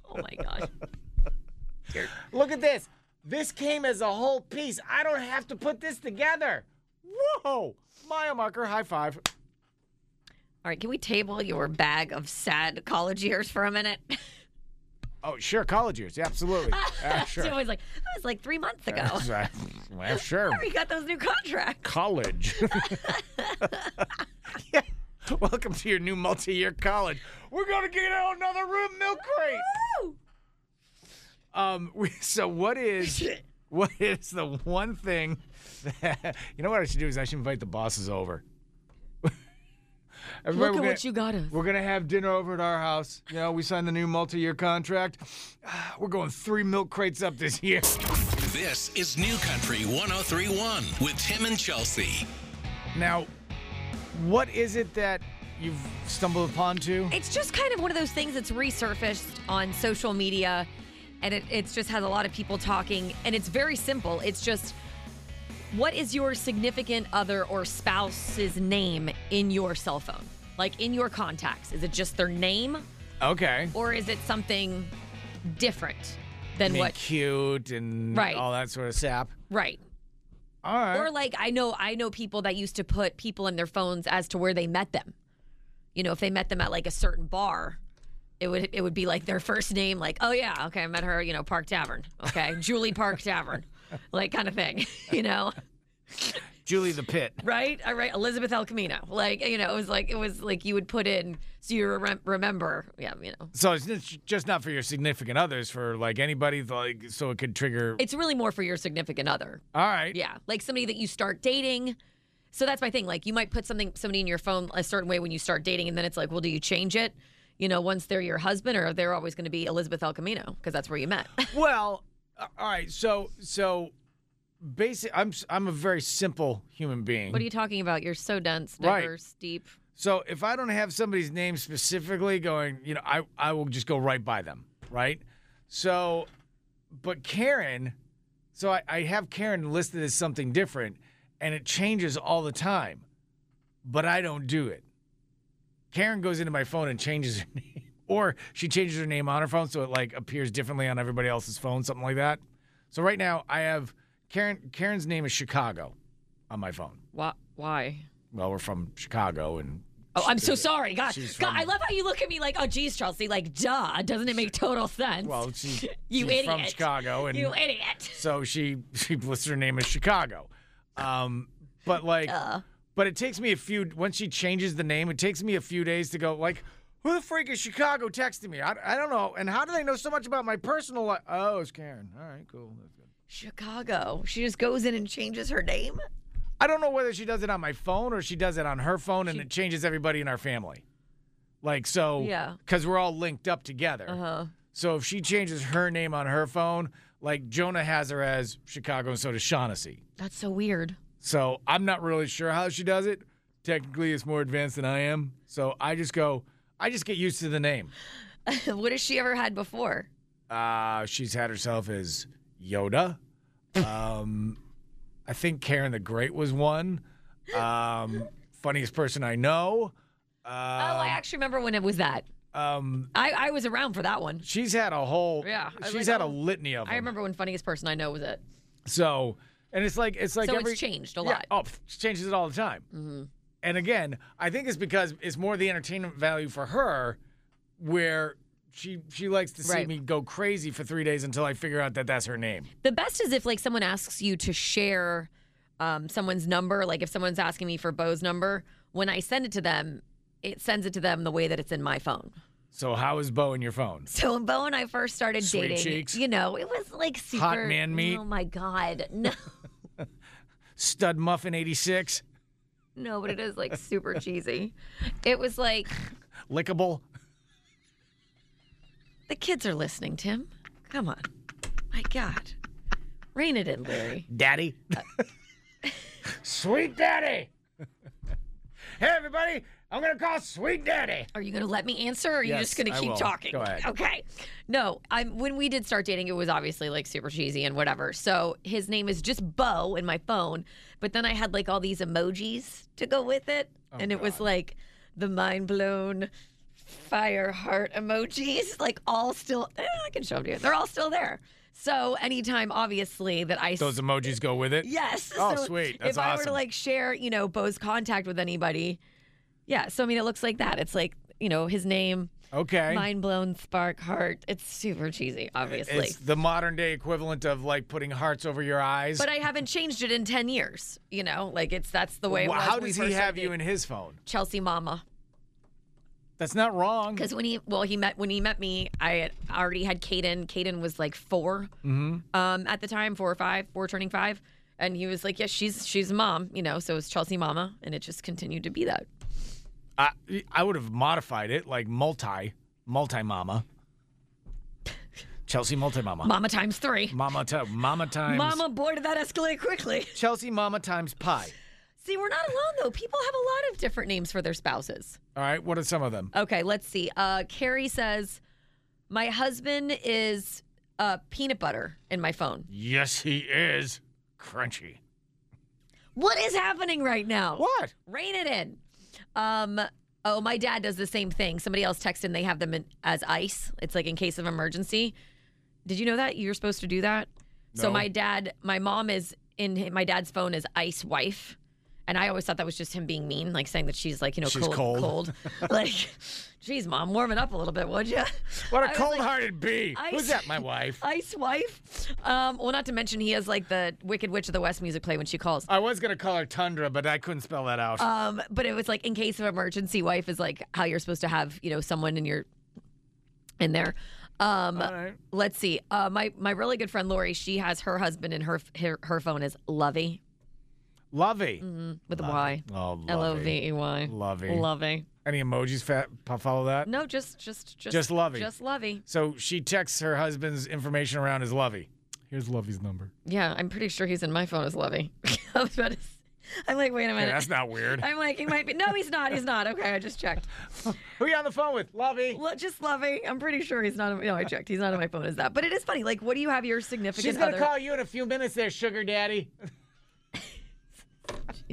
S4: Oh my gosh!
S3: Look at this. This came as a whole piece. I don't have to put this together. Whoa! Mile marker, high five.
S4: All right, can we table your bag of sad college years for a minute? <laughs>
S3: Oh, sure, college years. Yeah, absolutely. Uh,
S4: She
S3: sure.
S4: was like, that was like three months ago.
S3: well, sure.
S4: <laughs> We got those new contracts. <laughs>
S3: College. Yeah. Welcome to your new multi year college. We're going to get out another room milk crate.
S4: Woo!
S3: Um, we, so what is what is the one thing that you know what I should do is I should invite the bosses over. <laughs> Everybody,
S4: Look
S3: we're
S4: at
S3: gonna-
S4: what you got us.
S3: We're gonna have dinner over at our house. You know, we signed the new multi-year contract. <sighs> Ah, We're going three milk crates up this year.
S1: This is New Country 1031 with Tim and Chelsea.
S3: Now, what is it that you've stumbled upon to?
S4: It's just kind of one of those things that's resurfaced on social media, and it it's just has a lot of people talking, and it's very simple. It's just What is your significant other or spouse's name in your cell phone? Like in your contacts? Is it just their name
S3: Okay.
S4: or is it something different
S3: I
S4: than
S3: mean,
S4: what?
S3: cute and
S4: Right.
S3: all that sort of sap.
S4: Right.
S3: All right.
S4: Or like I know I know people that used to put people in their phones as to where they met them. You know, if they met them at like a certain bar, it would it would be like their first name, like, oh yeah, okay, I met her, you know, Park Tavern. Okay. Julie Park Tavern. Like kind of thing. <laughs> You know?
S3: Julie the Pit.
S4: Right? All right, Elizabeth El Camino. Like, you know, it was like it was like you would put in so you rem- remember. Yeah, you know.
S3: So it's it's just not for your significant others, for like anybody, like so it could trigger.
S4: It's really more for your significant other.
S3: all right.
S4: Yeah, like somebody that you start dating. So that's my thing. Like you might put something somebody in your phone a certain way when you start dating, and then it's like, well, do you change it? You know, once they're your husband, or they're always going to be Elizabeth El Camino because that's where you met.
S3: Well, a- all right. So so basic. I'm s- I'm a very simple human being.
S4: what are you talking about? You're so dense,
S3: Right.
S4: diverse, deep.
S3: so if I don't have somebody's name specifically going, you know, I I will just go right by them, right? So, but Karen, so I, I have Karen listed as something different, and it changes all the time, but I don't do it. Karen goes into my phone and changes her <laughs> name, or she changes her name on her phone so it like appears differently on everybody else's phone, something like that. So right now I have Karen. Karen's name is Chicago on my phone.
S4: Why? Why?
S3: Well, we're from Chicago, and
S4: Oh, I'm so sorry. God,
S3: she's
S4: God,
S3: from-
S4: I love how you look at me like, oh, geez, Chelsea, like, duh, doesn't it make total sense?
S3: Well, she,
S4: <laughs> You
S3: she's from
S4: idiot.
S3: Chicago, and
S4: you idiot.
S3: so she she lists her name as Chicago. Um, but like, but it takes me a few. Once she changes the name, it takes me a few days to go like, who the freak is Chicago texting me? I, I don't know. And how do they know so much about my personal life? Oh, it's Karen. All right, cool. That's good.
S4: Chicago. She just goes in and changes her name.
S3: I don't know whether she does it on my phone or she does it on her phone, and it changes everybody in our family. Like so,
S4: Yeah.
S3: because we're all linked up together.
S4: Uh huh.
S3: So if she changes her name on her phone, like Jonah has her as Chicago and so does Shaughnessy.
S4: That's so weird.
S3: So I'm not really sure how she does it. Technically, it's more advanced than I am. So I just go, I just get used to the name.
S4: <laughs> what has she ever had before?
S3: Uh, she's had herself as Yoda. Um, I think Karen the Great was one. Um, funniest person I know.
S4: Oh, I
S3: Uh,
S4: actually remember when it was that.
S3: um,
S4: I, I was around for that one.
S3: she's had a whole,
S4: Yeah, I was
S3: she's
S4: like,
S3: had a
S4: oh,
S3: litany of them.
S4: I remember when funniest person I know was it.
S3: So, and it's like, it's like
S4: so
S3: every,
S4: it's changed a
S3: Yeah.
S4: lot. Mm-hmm.
S3: Oh, pff, she changes it all the time. And again, I think it's because it's more the entertainment value for her, where she she likes to see
S4: Right.
S3: me go crazy for three days until I figure out that that's her name.
S4: The best is if like someone asks you to share um, someone's number. Like if someone's asking me for Bo's number, when I send it to them, it sends it to them the way that it's in my phone. <laughs>
S3: So how is Bo in your phone?
S4: So when Bo and I first started
S3: Sweet
S4: dating,
S3: cheeks.
S4: you know, it was like super
S3: Hot man meat.
S4: Oh my god, <laughs> no,
S3: Stud Muffin eighty six,
S4: no, but it is like super cheesy. It was like
S3: lickable.
S4: the kids are listening. Tim, come on, my god, rein it in, Larry.
S3: Daddy. <laughs> Sweet Daddy. <laughs> hey, everybody. I'm going to call Sweet Daddy.
S4: Are you going to let me answer or are you
S3: Yes,
S4: just going to
S3: I
S4: keep
S3: will.
S4: talking?
S3: Go ahead.
S4: Okay. No, I'm when we did start dating it was obviously like super cheesy and whatever. So his name is just Bo in my phone, but then I had like all these emojis to go with it
S3: Oh,
S4: and it was like the mind blown fire heart emojis like all still eh, I can show them to you. They're all still there. So anytime obviously that I
S3: Those emojis go with it.
S4: Yes.
S3: Oh, sweet. That's
S4: if I were to
S3: awesome.
S4: like share, you know, Bo's contact with anybody, yeah. So I mean, it looks like that. It's like you know his name,
S3: Okay.
S4: mind blown, spark heart. It's super cheesy, obviously.
S3: It's the modern day equivalent of like putting hearts over your eyes.
S4: but I haven't changed it in ten years. You know, like it's that's the way. it
S3: Wha-
S4: was
S3: how
S4: when we
S3: does he
S4: first
S3: have
S4: started
S3: you
S4: dating.
S3: in his phone?
S4: Chelsea Mama?
S3: That's not wrong.
S4: Because when he well he met when he met me, I had already had Caden. Caden was like 4
S3: Mm-hmm.
S4: um, at the time, four or five, four turning five, and he was like, "Yeah, she's she's mom," you know. So it was Chelsea Mama, and it just continued to be that.
S3: I, I would have modified it like multi, multi mama. Chelsea multi mama.
S4: Mama times three.
S3: Mama, t- mama times.
S4: Mama, boy, did that escalate quickly. <laughs>
S3: Chelsea mama times pie.
S4: See, we're not alone, though. People have a lot of different names for their spouses.
S3: All right, what are some of them?
S4: Okay, let's see. Uh, Carrie says, My husband is uh, peanut butter in my phone.
S3: Yes, he is. Crunchy.
S4: What is happening right now?
S3: What?
S4: Rein it in. Um, oh, my dad does the same thing. Somebody else texted and they have them in, as ice. It's like in case of emergency. Did you know that you're supposed to do that? So
S3: No.
S4: my dad, my mom is in hi- my dad's phone is ice wife. And I always thought that was just him being mean, like saying that she's like, you know,
S3: She's
S4: cold,
S3: cold. <laughs>
S4: cold. <laughs> like, geez, mom, warm it up a little bit, would you?
S3: What a
S4: was
S3: cold
S4: like,
S3: hearted bee.
S4: I-
S3: Who's that? My wife.
S4: Ice wife. Um, well, not to mention he has like the Wicked Witch of the West music play when she calls.
S3: I was going to call her Tundra, but I couldn't spell that out.
S4: Um, but it was like in case of emergency, wife is like how you're supposed to have you know someone in your in there. Um,
S3: All right.
S4: Let's see. Uh, my my really good friend Lori, she has her husband and her her, her phone is Lovey
S3: Lovey.
S4: with a mm, Y.
S3: Oh, Lovey.
S4: L O V E Y.
S3: Lovey.
S4: Lovey.
S3: Any emojis fa- po- follow that?
S4: No, just just just
S3: Just Lovey.
S4: Just Lovey.
S3: So she texts her husband's information around as Lovey. Here's Lovey's number.
S4: Yeah, I'm pretty sure he's in my phone as Lovey. <laughs> I was about to. s- I'm like, wait a
S3: Hey,
S4: minute.
S3: that's not weird.
S4: I'm like, he might be. No, he's not. He's not. Okay, I just checked.
S3: Who you on the phone with? Lovey.
S4: Lo- Just loving. I'm pretty sure he's not. No, I checked. He's not on my phone. Is that? But it is funny. Like, what do you have your significant
S3: She's going
S4: other?
S3: to call you in a few minutes there, sugar daddy. <laughs>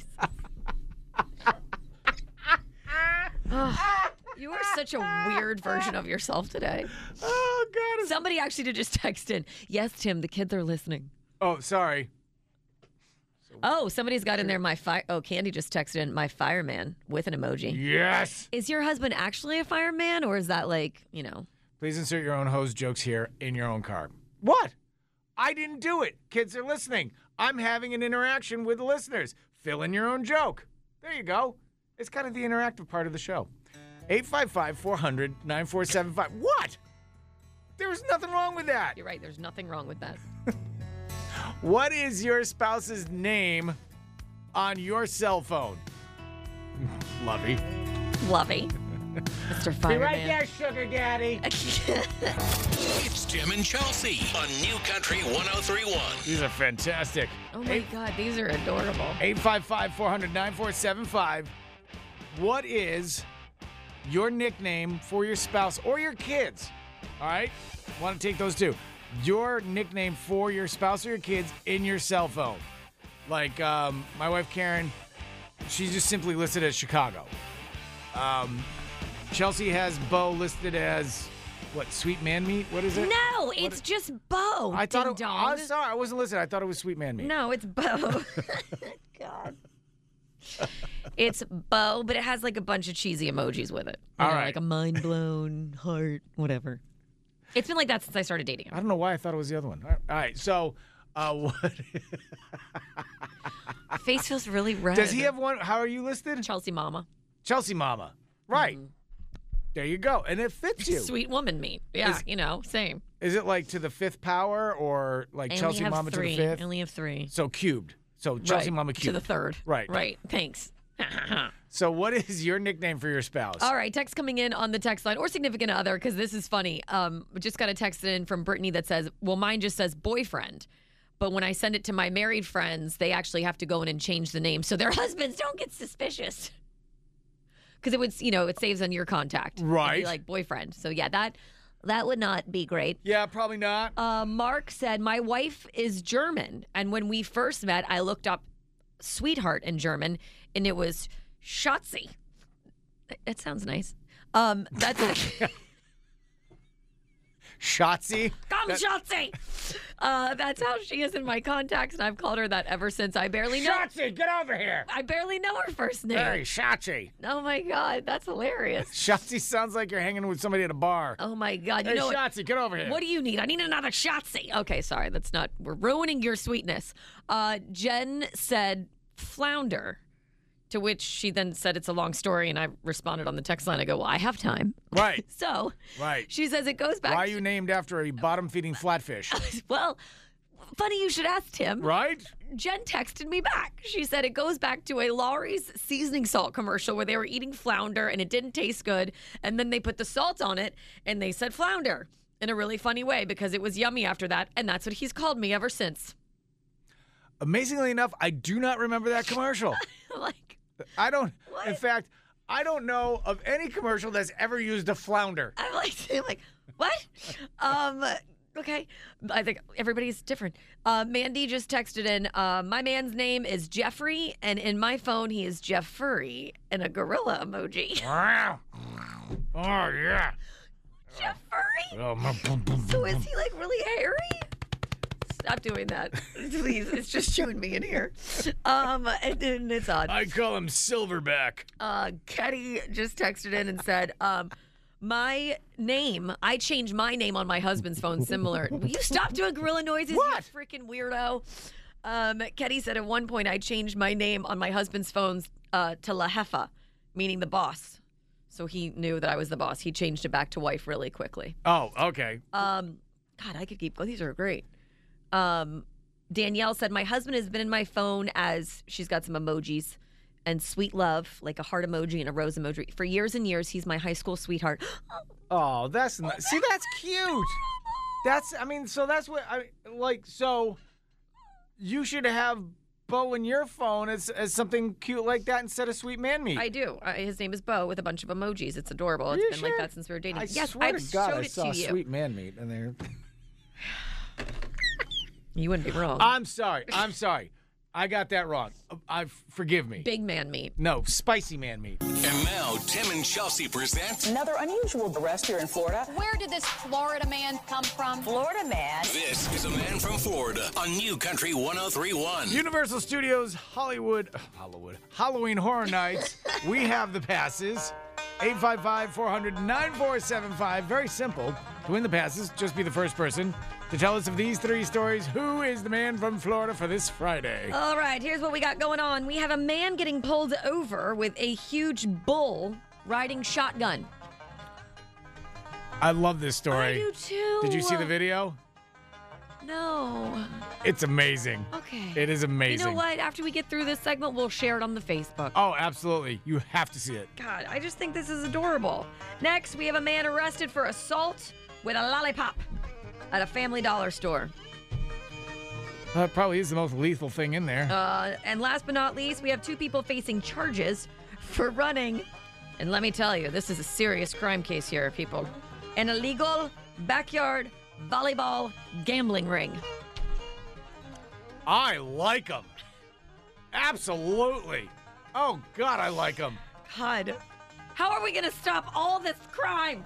S4: you are such a
S3: <laughs>
S4: weird version of yourself today.
S3: Oh, God. it's-
S4: Somebody actually did just text in. Yes, Tim. The kids are listening.
S3: Oh, sorry.
S4: Oh, somebody's got in there. My fire. Oh, Candy just texted in my fireman with an emoji.
S3: Yes.
S4: Is your husband actually a fireman, or is that like you know?
S3: Please insert your own hose jokes here in your own car. What? I didn't do it. Kids are listening. I'm having an interaction with the listeners. Fill in your own joke. There you go. It's kind of the interactive part of the show. 855 400 9475. What? There was nothing wrong with that.
S4: You're right. There's nothing wrong with that.
S3: What is your spouse's name on your cell phone? Lovey. <laughs>
S4: Lovey, Mr. Fireman.
S3: sugar daddy.
S1: It's Tim and Chelsea on New Country 1031.
S3: These are fantastic.
S4: <laughs> Oh my God, these are adorable.
S3: 855 400 9475. What is your nickname for your spouse or your kids? All right? Want to take those two. Your nickname for your spouse or your kids in your cell phone. Like um, my wife Karen, she's just simply listed as Chicago. Um, Chelsea has Bo listed as what? Sweet man meat? What is it?
S4: No, it's just Bo.
S3: I thought
S4: ding
S3: it,
S4: dong.
S3: I'm sorry, I wasn't listening. I thought it was sweet man meat.
S4: No, it's Bo. <laughs> God. It's Bo, but it has like a bunch of cheesy emojis with it. You
S3: All
S4: know,
S3: right.
S4: Like a mind blown, heart, whatever. It's been like that since I started dating
S3: I
S4: him.
S3: don't know why I thought it was the other one. All right, all right, so uh, <laughs> what,
S4: My face feels really red.
S3: does
S4: <laughs>
S3: he have one? How are you listed?
S4: Chelsea Mama?
S3: Chelsea Mama. Right. There you go. And it fits you.
S4: mm-hmm. Sweet woman meat. Yeah,
S3: Is-
S4: you know, same.
S3: Is it like to the fifth power or like
S4: I
S3: Chelsea
S4: only have
S3: Mama
S4: three.
S3: to the
S4: I
S3: fifth?
S4: only have three.
S3: So cubed. So Chelsea
S4: Right,
S3: Mama
S4: to
S3: cubed.
S4: the third.
S3: Right.
S4: Right. Thanks.
S3: so what is your nickname for your spouse?
S4: All right, text coming in on the text line or significant other because this is funny. Um, we just got a text in from Brittany that says, "Well, mine just says boyfriend, but when I send it to my married friends, they actually have to go in and change the name so their <laughs> husbands don't get suspicious." Because it would, you know, it saves on your contact, It'd be
S3: Right.
S4: like boyfriend. So yeah, that that would not be great.
S3: Yeah, probably not.
S4: Uh, Mark said, My wife is German. And when we first met, I looked up sweetheart in German and it was Schatzi. That- That sounds nice. Um, that's
S3: <laughs> Shotzi.
S4: come Schatzi. Uh, that's how she is in my contacts, and I've called her that ever since. I barely know.
S3: Shotzi, get over here.
S4: I barely know her first name.
S3: Hey, Shotzi.
S4: Oh my god, that's hilarious.
S3: Shotzi sounds like you're hanging with somebody at a bar.
S4: Oh my god, you
S3: hey,
S4: know what?
S3: Shotzi, get over here.
S4: What do you need? I need another Shotzi. Okay, sorry, that's not. We're ruining your sweetness. Uh, Jen said flounder, to which she then said it's a long story, and I responded on the text line. I go, well, I have time.
S3: Right.
S4: <laughs> So
S3: Right.
S4: she says it goes back.
S3: Why are you named after a bottom feeding flatfish?
S4: <laughs> to- <laughs> well, funny you should ask Tim.
S3: right?
S4: Jen texted me back. She said it goes back to a Lawry's seasoning salt commercial where they were eating flounder and it didn't taste good. And then they put the salt on it and they said flounder in a really funny way because it was yummy after that. And that's what he's called me ever since. <laughs>
S3: Amazingly enough, I do not remember that
S4: <laughs>
S3: commercial.
S4: like,
S3: I don't. In
S4: What?
S3: fact, I don't know of
S4: <laughs>
S3: any commercial that's ever used a flounder.
S4: I'm like, I'm like what? Um, Okay. I think everybody's different. Uh, Mandy just texted in uh, My man's name is Jeffrey, and in my phone, he is Jeff Furry and a gorilla emoji. <laughs>
S3: Oh, yeah.
S4: Jeff Furry?
S3: Oh, my-
S4: So is he like really hairy? Stop doing that, <laughs> please. It's just shooting me in here. Um, and, and it's odd.
S3: I call him Silverback.
S4: uh, Ketty just texted in and said, um, my name, I changed my name on my husband's phone
S3: <laughs>
S4: similar. Will you stop doing gorilla noises,
S3: What?
S4: you freaking weirdo? Um, Ketty said, at one point, I changed my name on my husband's phone uh, to La Hefa, meaning the boss. So he knew that I was the boss. He changed it back to wife really quickly.
S3: Oh, okay.
S4: Um, God, I could keep going. These are great. Um, Danielle said, My husband has been in my phone as she's got some emojis and sweet love, like a heart emoji and a rose emoji. For years and years, he's my high school sweetheart.
S3: Oh, that's not. See, that's cute. That's. I mean, so that's what I like. So you should have Bo in your phone as as something cute like that instead of sweet man meat.
S4: I do. I, his name is Bo with a bunch of emojis. It's adorable. It's
S3: you
S4: been like
S3: sure?
S4: that since we were dating.
S3: I
S4: yes,
S3: swear
S4: I
S3: to God,
S4: showed
S3: I
S4: it
S3: saw
S4: to you.
S3: sweet man meat in there.
S4: You wouldn't be wrong.
S3: I'm sorry. I'm sorry. I got that wrong. I forgive me.
S4: Big man meat.
S3: No, spicy man meat.
S1: And now, Tim and Chelsea present
S8: Another unusual arrest here in Florida.
S9: Where did this Florida man come from?
S8: Florida man.
S1: This is a Man from Florida on New Country 1031.
S3: Universal Studios Hollywood uh, Hollywood Halloween Horror Nights. we have the passes. 855 400 9475. Very simple. To win the passes, just be the first person to tell us of these three stories. Who is the man from Florida for this Friday?
S4: All right, here's what we got going on. We have a man getting pulled over with a huge bull riding shotgun.
S3: I love this
S4: I
S3: story.
S4: do too.
S3: Did you see the video?
S4: No.
S3: It's amazing.
S4: Okay.
S3: It is amazing.
S4: You know what? After we get through this segment, we'll share it on the Facebook.
S3: Oh, absolutely. You have to see it.
S4: God, I just think this is adorable. Next, we have a man arrested for assault with a lollipop at a family dollar store.
S3: That probably is the most lethal thing in there.
S4: Uh, and last but not least, we have two people facing charges for running. And let me tell you, this is a serious crime case here, people. An illegal backyard volleyball gambling ring.
S3: I like them. Absolutely. Oh, God, I like them.
S4: God, how are we going to stop all this crime?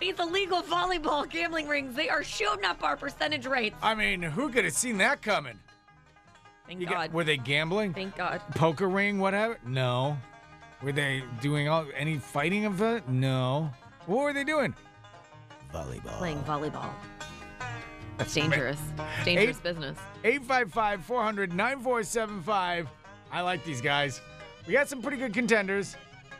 S4: These illegal volleyball gambling rings, they are shooting up our percentage rates.
S3: I mean, who could have seen that coming?
S4: Thank
S3: You
S4: God.
S3: got- were they gambling?
S4: Thank God.
S3: Poker ring, whatever? No. Were they doing all any fighting of it? No. What were they doing? Volleyball.
S4: Playing
S3: <laughs>
S4: volleyball. It's dangerous. Dangerous business.
S3: 855 400 9475. I like these guys. We got some pretty good contenders.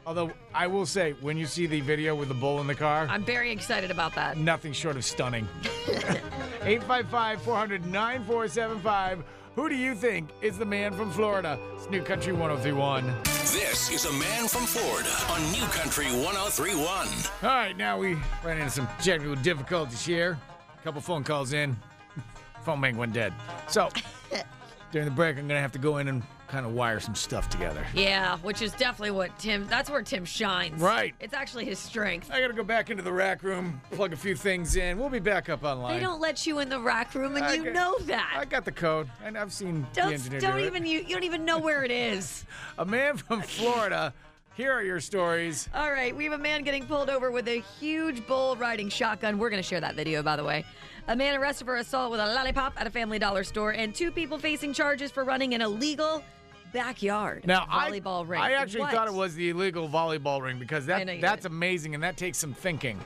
S3: Although, I will say, when you see the video with the bull in the car,
S4: I'm very excited about that.
S3: nothing short of
S4: <laughs>
S3: stunning. 855 400 9475. Who do you think is the man from Florida? It's New Country 1031.
S1: This is a Man from Florida on New Country 1031.
S3: All right, now we ran into some technical difficulties here. A couple phone calls in. <laughs> Phone bank went dead.
S4: <laughs>
S3: So during the break, I'm gonna have to go in and kind of wire some stuff together.
S4: Yeah, which is definitely what Tim, that's where Tim shines.
S3: Right.
S4: It's actually his strength.
S3: I gotta go back into the rack room, plug a few things in. We'll be back up online.
S4: They don't let you in the rack room, and
S3: I
S4: you
S3: got-
S4: know that.
S3: I got the code, and I've seen the engineer
S4: don't don't
S3: do it.
S4: even you, you don't even know where it is.
S3: A man from Florida. Here are your stories.
S4: All right, we have a man getting pulled over with a huge bull riding shotgun. We're going to share that video, by the way. A man arrested for assault with a lollipop at a family dollar store, and two people facing charges for running an illegal backyard
S3: Now
S4: volleyball
S3: I,
S4: ring.
S3: I actually
S4: What?
S3: thought it was the illegal volleyball ring because
S4: I
S3: that
S4: know you
S3: that's
S4: did.
S3: amazing and that takes some thinking.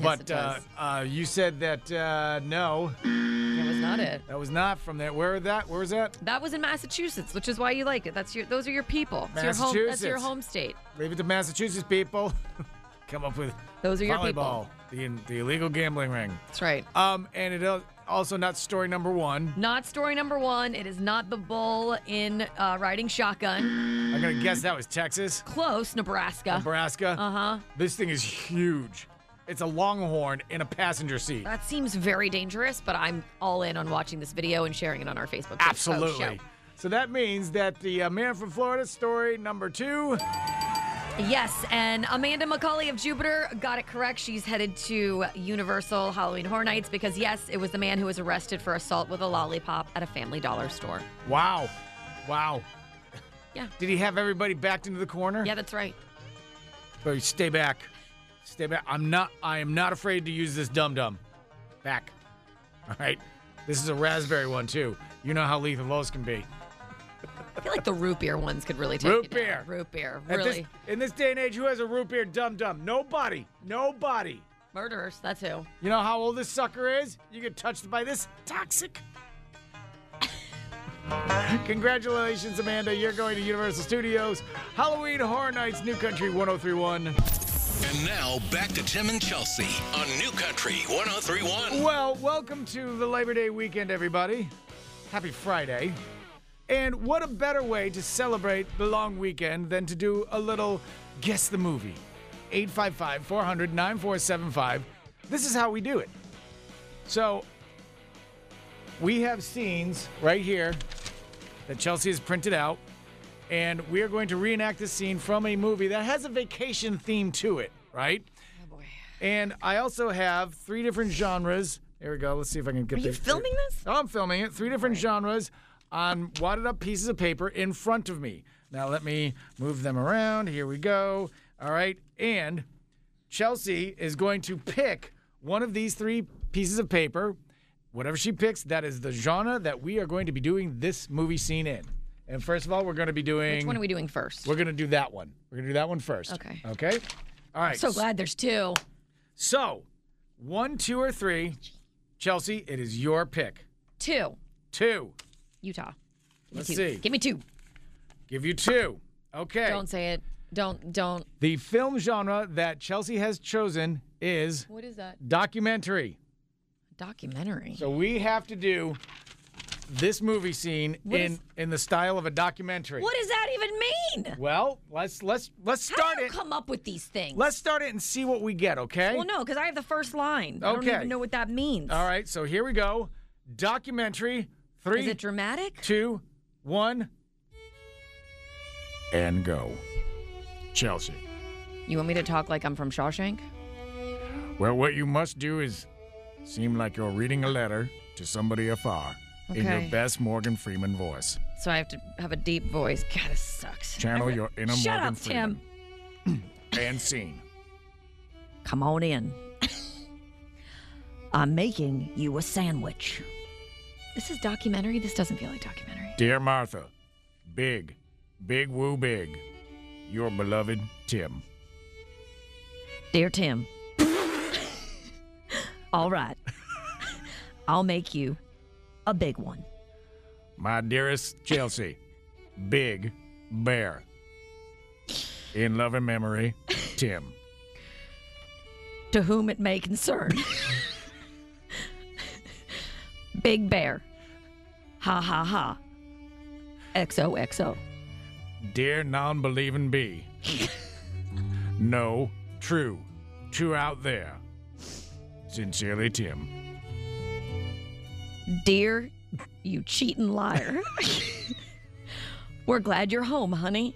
S3: but
S4: it does.
S3: Uh, uh, you said that uh, no,
S4: That was not it.
S3: that was not from there. Where that? Where was that?
S4: That was in Massachusetts, which is why you like it. That's your those are your people. It's your home, that's your
S3: Massachusetts.
S4: home state.
S3: Leave it to Massachusetts people. <laughs> Come up with
S4: Those are your
S3: volleyball,
S4: people.
S3: the the illegal gambling ring.
S4: That's right.
S3: Um, and it al- also not story number one.
S4: Not story number one. It is not the bull in uh, riding shotgun.
S3: I'm gonna guess that was Texas,
S4: Close, Nebraska.
S3: Nebraska.
S4: uh huh.
S3: This thing is huge. It's a longhorn in a passenger seat.
S4: That seems very dangerous, but I'm all in on watching this video and sharing it on our Facebook. page. Oh,
S3: Absolutely.
S4: show.
S3: So that means that the uh, man from Florida story number two
S4: Yes, and Amanda McCauley of Jupiter got it correct. She's headed to Universal Halloween Horror Nights because, yes, it was the man who was arrested for assault with a lollipop at a family dollar store.
S3: Wow. Wow.
S4: Yeah.
S3: Did he have everybody backed into the corner?
S4: Yeah, that's right.
S3: Barry, stay back. Stay back. I'm not I am not afraid to use this dum dum. Back. All right. This is a raspberry one too. You know how lethal those can be.
S4: I feel like the root beer ones could really take
S3: Root
S4: you down.
S3: beer.
S4: <laughs> Root beer.
S3: At this-
S4: Really.
S3: in this day and age, who has a root beer dum dum? Nobody. Nobody.
S4: Murderers, that's who.
S3: You know how old this sucker is? You get touched by this toxic. <laughs> Congratulations, Amanda. You're going to Universal Studios. Halloween Horror Nights, New Country 1031.
S1: And now back to Tim and Chelsea on New Country 1031.
S3: Well, welcome to the Labor Day weekend, everybody. Happy Friday. And what a better way to celebrate the long weekend than to do a little guess the movie. 855 400 9475. This is how we do it. So, we have scenes right here that Chelsea has printed out, and we are going to reenact this scene from a movie that has a vacation theme to it, right?
S4: Oh,
S3: And I also have three different genres. Here we go. Let's see if I can get.
S4: Are you
S3: these
S4: filming
S3: three-
S4: this?
S3: Oh, I'm filming it. Three different genres on wadded up pieces of paper in front of me. Now let me move them around. Here we go. All right, and Chelsea is going to pick one of these three pieces of paper. Whatever she picks, that is the genre that we are going to be doing this movie scene in. And first of all, we're going to be doing.
S4: Which one are we doing first?
S3: We're going to do that one. We're going to do that one first.
S4: Okay.
S3: Okay. All right.
S4: so glad there's two.
S3: So, one, two, or three. Chelsea, it is your pick.
S4: Two.
S3: Two.
S4: Utah. Give me
S3: Let's
S4: two.
S3: see.
S4: Give me two.
S3: Give you two. Okay.
S4: Don't say it. Don't, don't.
S3: The film genre that Chelsea has chosen is
S4: What is that?
S3: documentary.
S4: Documentary.
S3: So we have to do this movie scene
S4: What
S3: in
S4: is-
S3: in the style of a documentary.
S4: what does that even mean?
S3: Well, let's let's let's
S4: How
S3: start
S4: do you
S3: it.
S4: come up with these things?
S3: Let's start it and see what we get, okay?
S4: well, no, because I have the first line. I don't
S3: Okay.
S4: even know what that means.
S3: All right, so here we go. Documentary. Three,
S4: Is it dramatic?
S3: two, one, and go. Chelsea.
S4: You want me to talk like I'm from Shawshank?
S3: Well, what you must do is seem like you're reading a letter to somebody afar in your
S4: Okay.
S3: best Morgan Freeman voice.
S4: So I have to have a deep voice. God, this sucks.
S3: Channel your inner
S4: Shut
S3: Morgan
S4: up, Tim.
S3: Freeman. <clears throat> And scene.
S4: Come on in. <laughs> I'm making you a sandwich. This is documentary. This doesn't feel like documentary.
S3: Dear Martha, big, big woo big, your beloved Tim.
S4: Dear Tim. <laughs>
S3: <laughs>
S4: All right. I'll make you a big one.
S3: My dearest Chelsea, big bear. In love and memory, Tim.
S4: To whom it may concern. big bear. Ha ha ha. XOXO.
S3: Dear non believing <laughs> bee, no, true, true out there. Sincerely, Tim.
S4: Dear, you cheating liar. We're glad you're home, honey.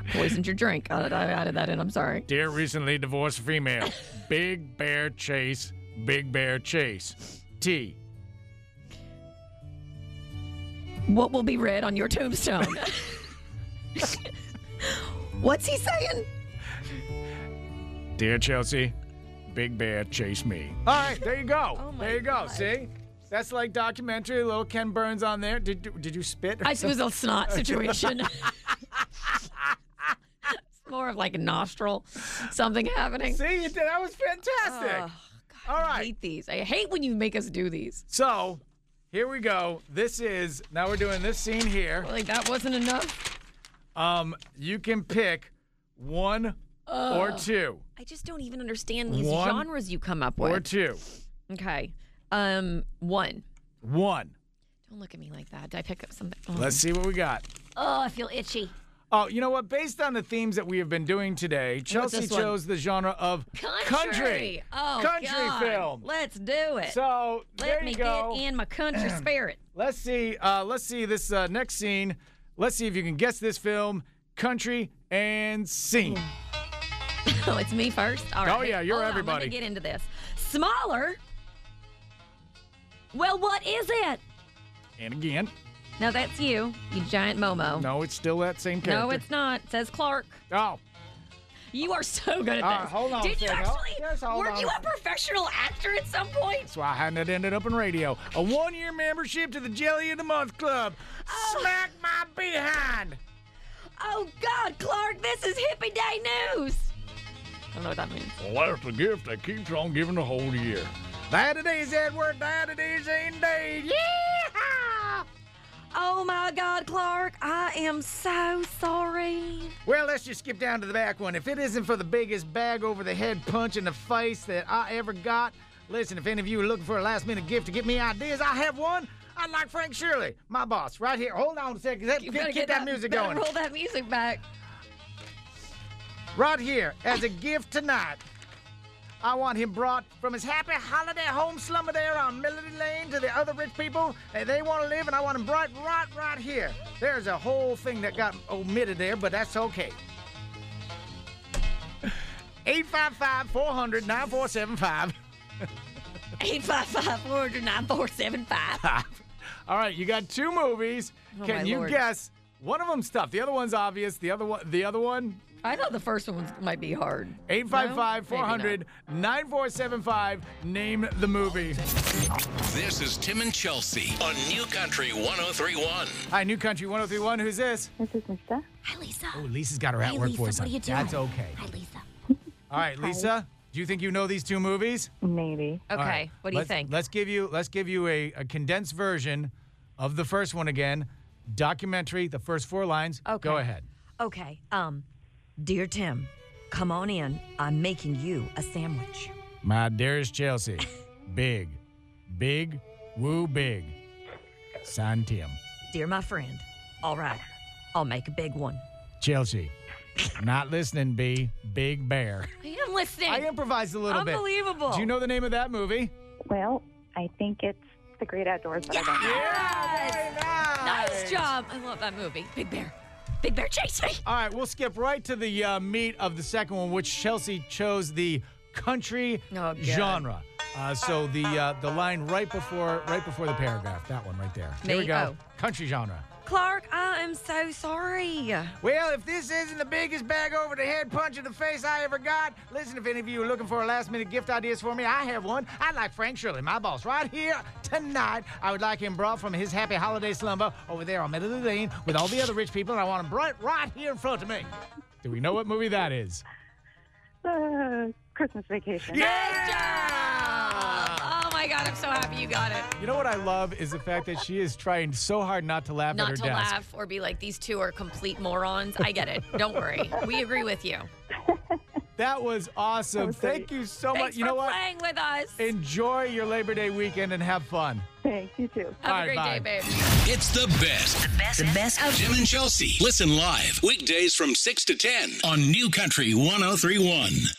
S4: I poisoned your drink. I, I added that in. I'm sorry.
S3: Dear recently divorced <laughs> female, big bear chase, big bear chase. T.
S4: What will be read on your tombstone? What's he saying?
S3: Dear Chelsea, Big Bear Chase Me. All right, there you go.
S4: Oh my
S3: there you go.
S4: God.
S3: See? That's like documentary, little Ken Burns on there. Did, did you spit?
S4: I, it was a snot situation. it's more of like a nostril, something happening.
S3: <laughs> See, you did, that was fantastic.
S4: Ugh, Oh, God,
S3: All
S4: I
S3: right.
S4: hate these. I hate when you make us do these.
S3: So, here we go. This is, now we're doing this scene here.
S4: Like, that wasn't enough.
S3: Um, You can pick one or two.
S4: I just don't even understand these
S3: One
S4: genres you come up with.
S3: Or two.
S4: Okay. Um, one.
S3: One.
S4: Don't look at me like that. Did I pick up something? Oh,
S3: Let's see what we got.
S4: oh I feel itchy.
S3: Oh, you know what? Based on the themes that we have been doing today, Chelsea
S4: this one?
S3: chose the genre of
S4: Country.
S3: country,
S4: Oh,
S3: country
S4: God.
S3: film.
S4: Let's do it.
S3: So there
S4: Let me
S3: you go.
S4: get in
S3: <clears throat>
S4: my country spirit.
S3: Let's see. Uh, let's see this uh, next scene. Let's see if you can guess this film. country, and sing.
S4: Oh, <laughs> it's me first. All right.
S3: Oh, yeah, you're
S4: Hold on,
S3: everybody.
S4: I'm gonna get into this. Smaller. Well, what is it?
S3: And again,
S4: No, that's you, you giant Momo.
S3: no, it's still that same character.
S4: No, it's not. It says Clark.
S3: Oh,
S4: You are so good at this.
S3: All right, Ah, hold on a
S4: Did you
S3: second.
S4: actually?
S3: Yes, hold
S4: were
S3: on.
S4: you a professional actor at some point?
S3: that's why I hadn't ended up in radio. A one-year membership to the Jelly of the Month Club. Smack my behind.
S4: Oh God, Clark, this is Hippie Day news. I don't know what that means.
S3: Well, that's the gift that keeps on giving the whole year. That it is, Edward. That it is indeed. Yeah.
S4: Oh my God, Clark, I am so sorry.
S3: Well, let's just skip down to the back one. If it isn't for the biggest bag over the head punch in the face that I ever got, listen, if any of you are looking for a last minute gift to get me ideas, I have one. I'd like Frank Shirley, my boss, right here. Hold on a second. Let-
S4: You
S3: get,
S4: better
S3: that, music
S4: better
S3: going.
S4: Roll that music back. <laughs>
S3: Right here, as a gift tonight. I want him brought from his happy holiday home slumber there on Melody Lane to the other rich people. And they want to live, and I want him brought right, right here. There's a whole thing that got omitted there, but that's okay. 855 400 9475.
S4: 855 400 9475.
S3: All right, you got two movies.
S4: Oh, my
S3: Can you
S4: Lord.
S3: guess? One of them's tough. The other one's obvious. The other one, the other one,
S4: I thought the first one was, might be hard.
S3: 855
S4: No? Maybe not.
S3: 400 9475. Name the movie.
S1: This is Tim and Chelsea on New Country 1031.
S3: Hi, New Country 1031. Who's this?
S5: This is Lisa.
S4: Hi, Lisa.
S3: Oh, Lisa's got her at
S4: Hey,
S3: work
S4: Lisa,
S3: voice
S4: what
S3: on.
S4: are you doing?
S3: That's okay.
S4: Hi, Lisa.
S3: All right, Lisa, do you think you know these two movies?
S5: Maybe.
S4: Okay,
S3: All right,
S4: what do you
S3: let's-
S4: think?
S3: Let's give you let's give you a, a condensed version of the first one again. Documentary, the first four lines.
S4: Okay.
S3: Go ahead.
S4: Okay, um, dear Tim, come on in. I'm making you a sandwich.
S3: My dearest <laughs> Chelsea, big, big, woo big. San Tim.
S4: Dear my friend, all right, I'll make a big one.
S3: Chelsea. Not listening, B. Big Bear.
S4: I am listening.
S3: I improvised a little bit.
S4: Unbelievable.
S3: Do you know the name of that movie?
S5: Well, I think it's The Great Outdoors, but I don't know.
S4: Yes!
S3: Nice.
S4: Nice job. I love that movie. Big Bear. Big Bear chase me.
S3: All right, we'll skip right to the uh, meat of the second one, which Chelsea chose the country
S4: Oh, God.
S3: genre. Uh, so the uh, the line right before right before the paragraph, that one right there. Here we
S4: Me?
S3: go.
S4: Oh.
S3: Country genre.
S4: Clark, I am so sorry.
S3: Well, if this isn't the biggest bag over the head punch in the face I ever got, listen, if any of you are looking for a last minute gift ideas for me, I have one. I'd like Frank Shirley, my boss, right here tonight. I would like him brought from his happy holiday slumber over there on Middle Lane with all the other rich people, and I want him brought right here in front of me. Do we know what movie that is?
S5: Uh, Christmas Vacation.
S3: Yeah!
S4: Oh my God, I'm so happy you got it.
S3: You know what I love is the fact that she is trying so hard not to laugh at her
S4: Not to
S3: desk.
S4: laugh or be like, these two are complete morons. I get it.
S3: <laughs>
S4: Don't worry. We agree with you.
S3: That was awesome. Thank you so much.
S4: Thanks
S3: you
S4: for
S3: know what?
S4: playing with us.
S3: Enjoy your Labor Day weekend and have fun.
S5: Thanks, you too.
S4: Have
S3: All right,
S4: a great
S3: bye.
S4: day, babe.
S1: It's the best.
S8: Best of
S1: Tim and oh Chelsea. Listen live weekdays from 6 to 10 on New Country 1031.